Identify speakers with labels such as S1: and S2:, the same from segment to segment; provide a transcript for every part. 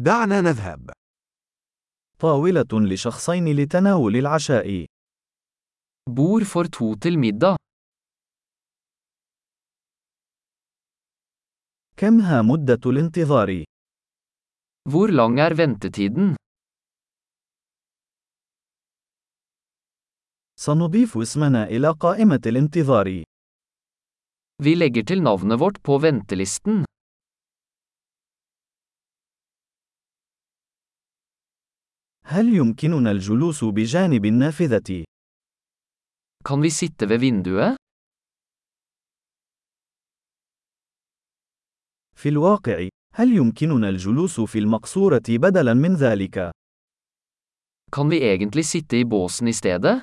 S1: دعنا نذهب.
S2: طاولة لشخصين لتناول العشاء.
S3: Bord for to til middag.
S2: كم ها مدة الانتظار؟
S3: Hvor lang er ventetiden?
S2: سنضيف اسمنا إلى قائمة الانتظار.
S3: Vi legger til navnet vårt på ventelisten.
S2: هل يمكننا الجلوس بجانب النافذة؟
S3: Kan vi sitte ved vinduet?
S2: في الواقع، هل يمكننا الجلوس في المقصورة بدلاً من ذلك؟
S3: Kan vi egentlig sitte i båsen i stedet?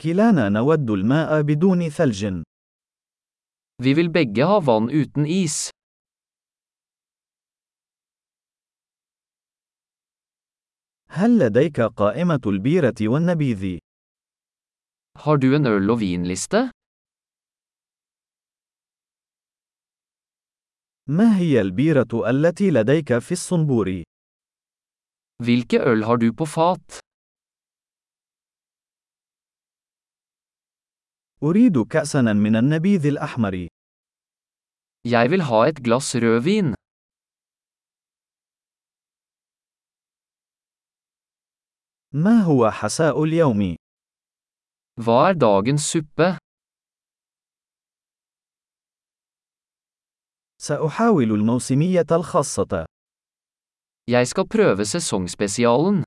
S2: كلانا نود الماء بدون ثلج.
S3: Vi vil begge ha vann uten is.
S2: هل لديك قائمة البيرة والنبيذ؟
S3: Har du en øl- og vinliste?
S2: ما هي البيرة التي لديك في الصنبور؟
S3: Hvilke øl har du på fat?
S2: أريد كأساً من النبيذ الأحمر.
S3: Jeg vil ha et glass rødvin.
S2: ما هو حساء اليوم؟
S3: Hva er dagens suppe?
S2: سأحاول الموسمية الخاصة.
S3: Jeg skal prøve sesongspesialen.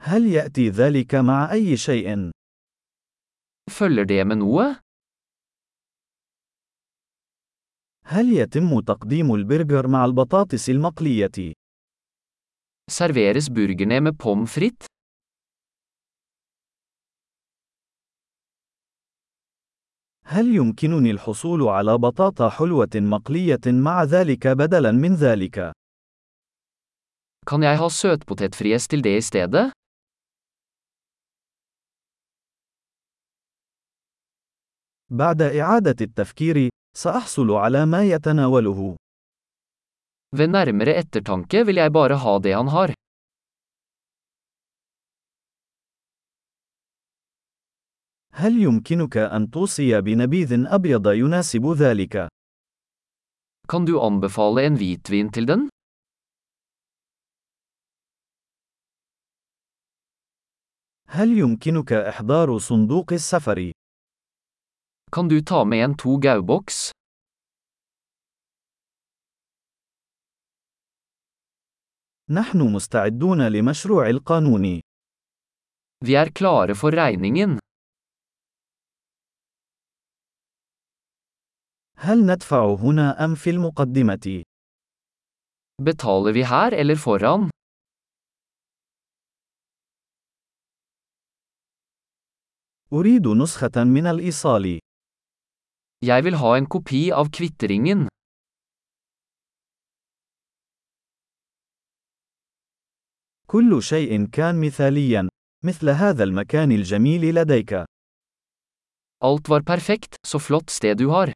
S2: هل يأتي ذلك مع أي شيء؟
S3: Følger det med noe?
S2: هل يتم تقديم البرجر مع البطاطس المقلية؟
S3: Serveres burgerne med pommes frites?
S2: هل يمكنني الحصول على بطاطا حلوة مقلية مع ذلك بدلاً من ذلك؟
S3: Kan jeg ha søtpotetfries til det i stedet?
S2: بعد إعادة التفكير، سأحصل على ما يتناوله.
S3: Ved nærmere ettertanke vil jeg bare ha det han har.
S2: هل يمكنك أن توصي بنبيذ أبيض يناسب ذلك؟
S3: Kan du anbefale en hvitvin til den?
S2: هل يمكنك إحضار صندوق السفر؟
S3: Kan du ta med en to gauboks?
S2: نحن مستعدون لمشروع القانون.
S3: Vi er klare for regningen.
S2: هل ندفع هنا أم في المقدمة؟
S3: Betaler vi her eller foran?
S2: أريد نسخة من الإيصال.
S3: Jeg vil ha en kopi av kvitteringen.
S2: كل شيء كان مثاليا، مثل هذا المكان الجميل لديك.
S3: Alt var perfekt, så flott sted du har.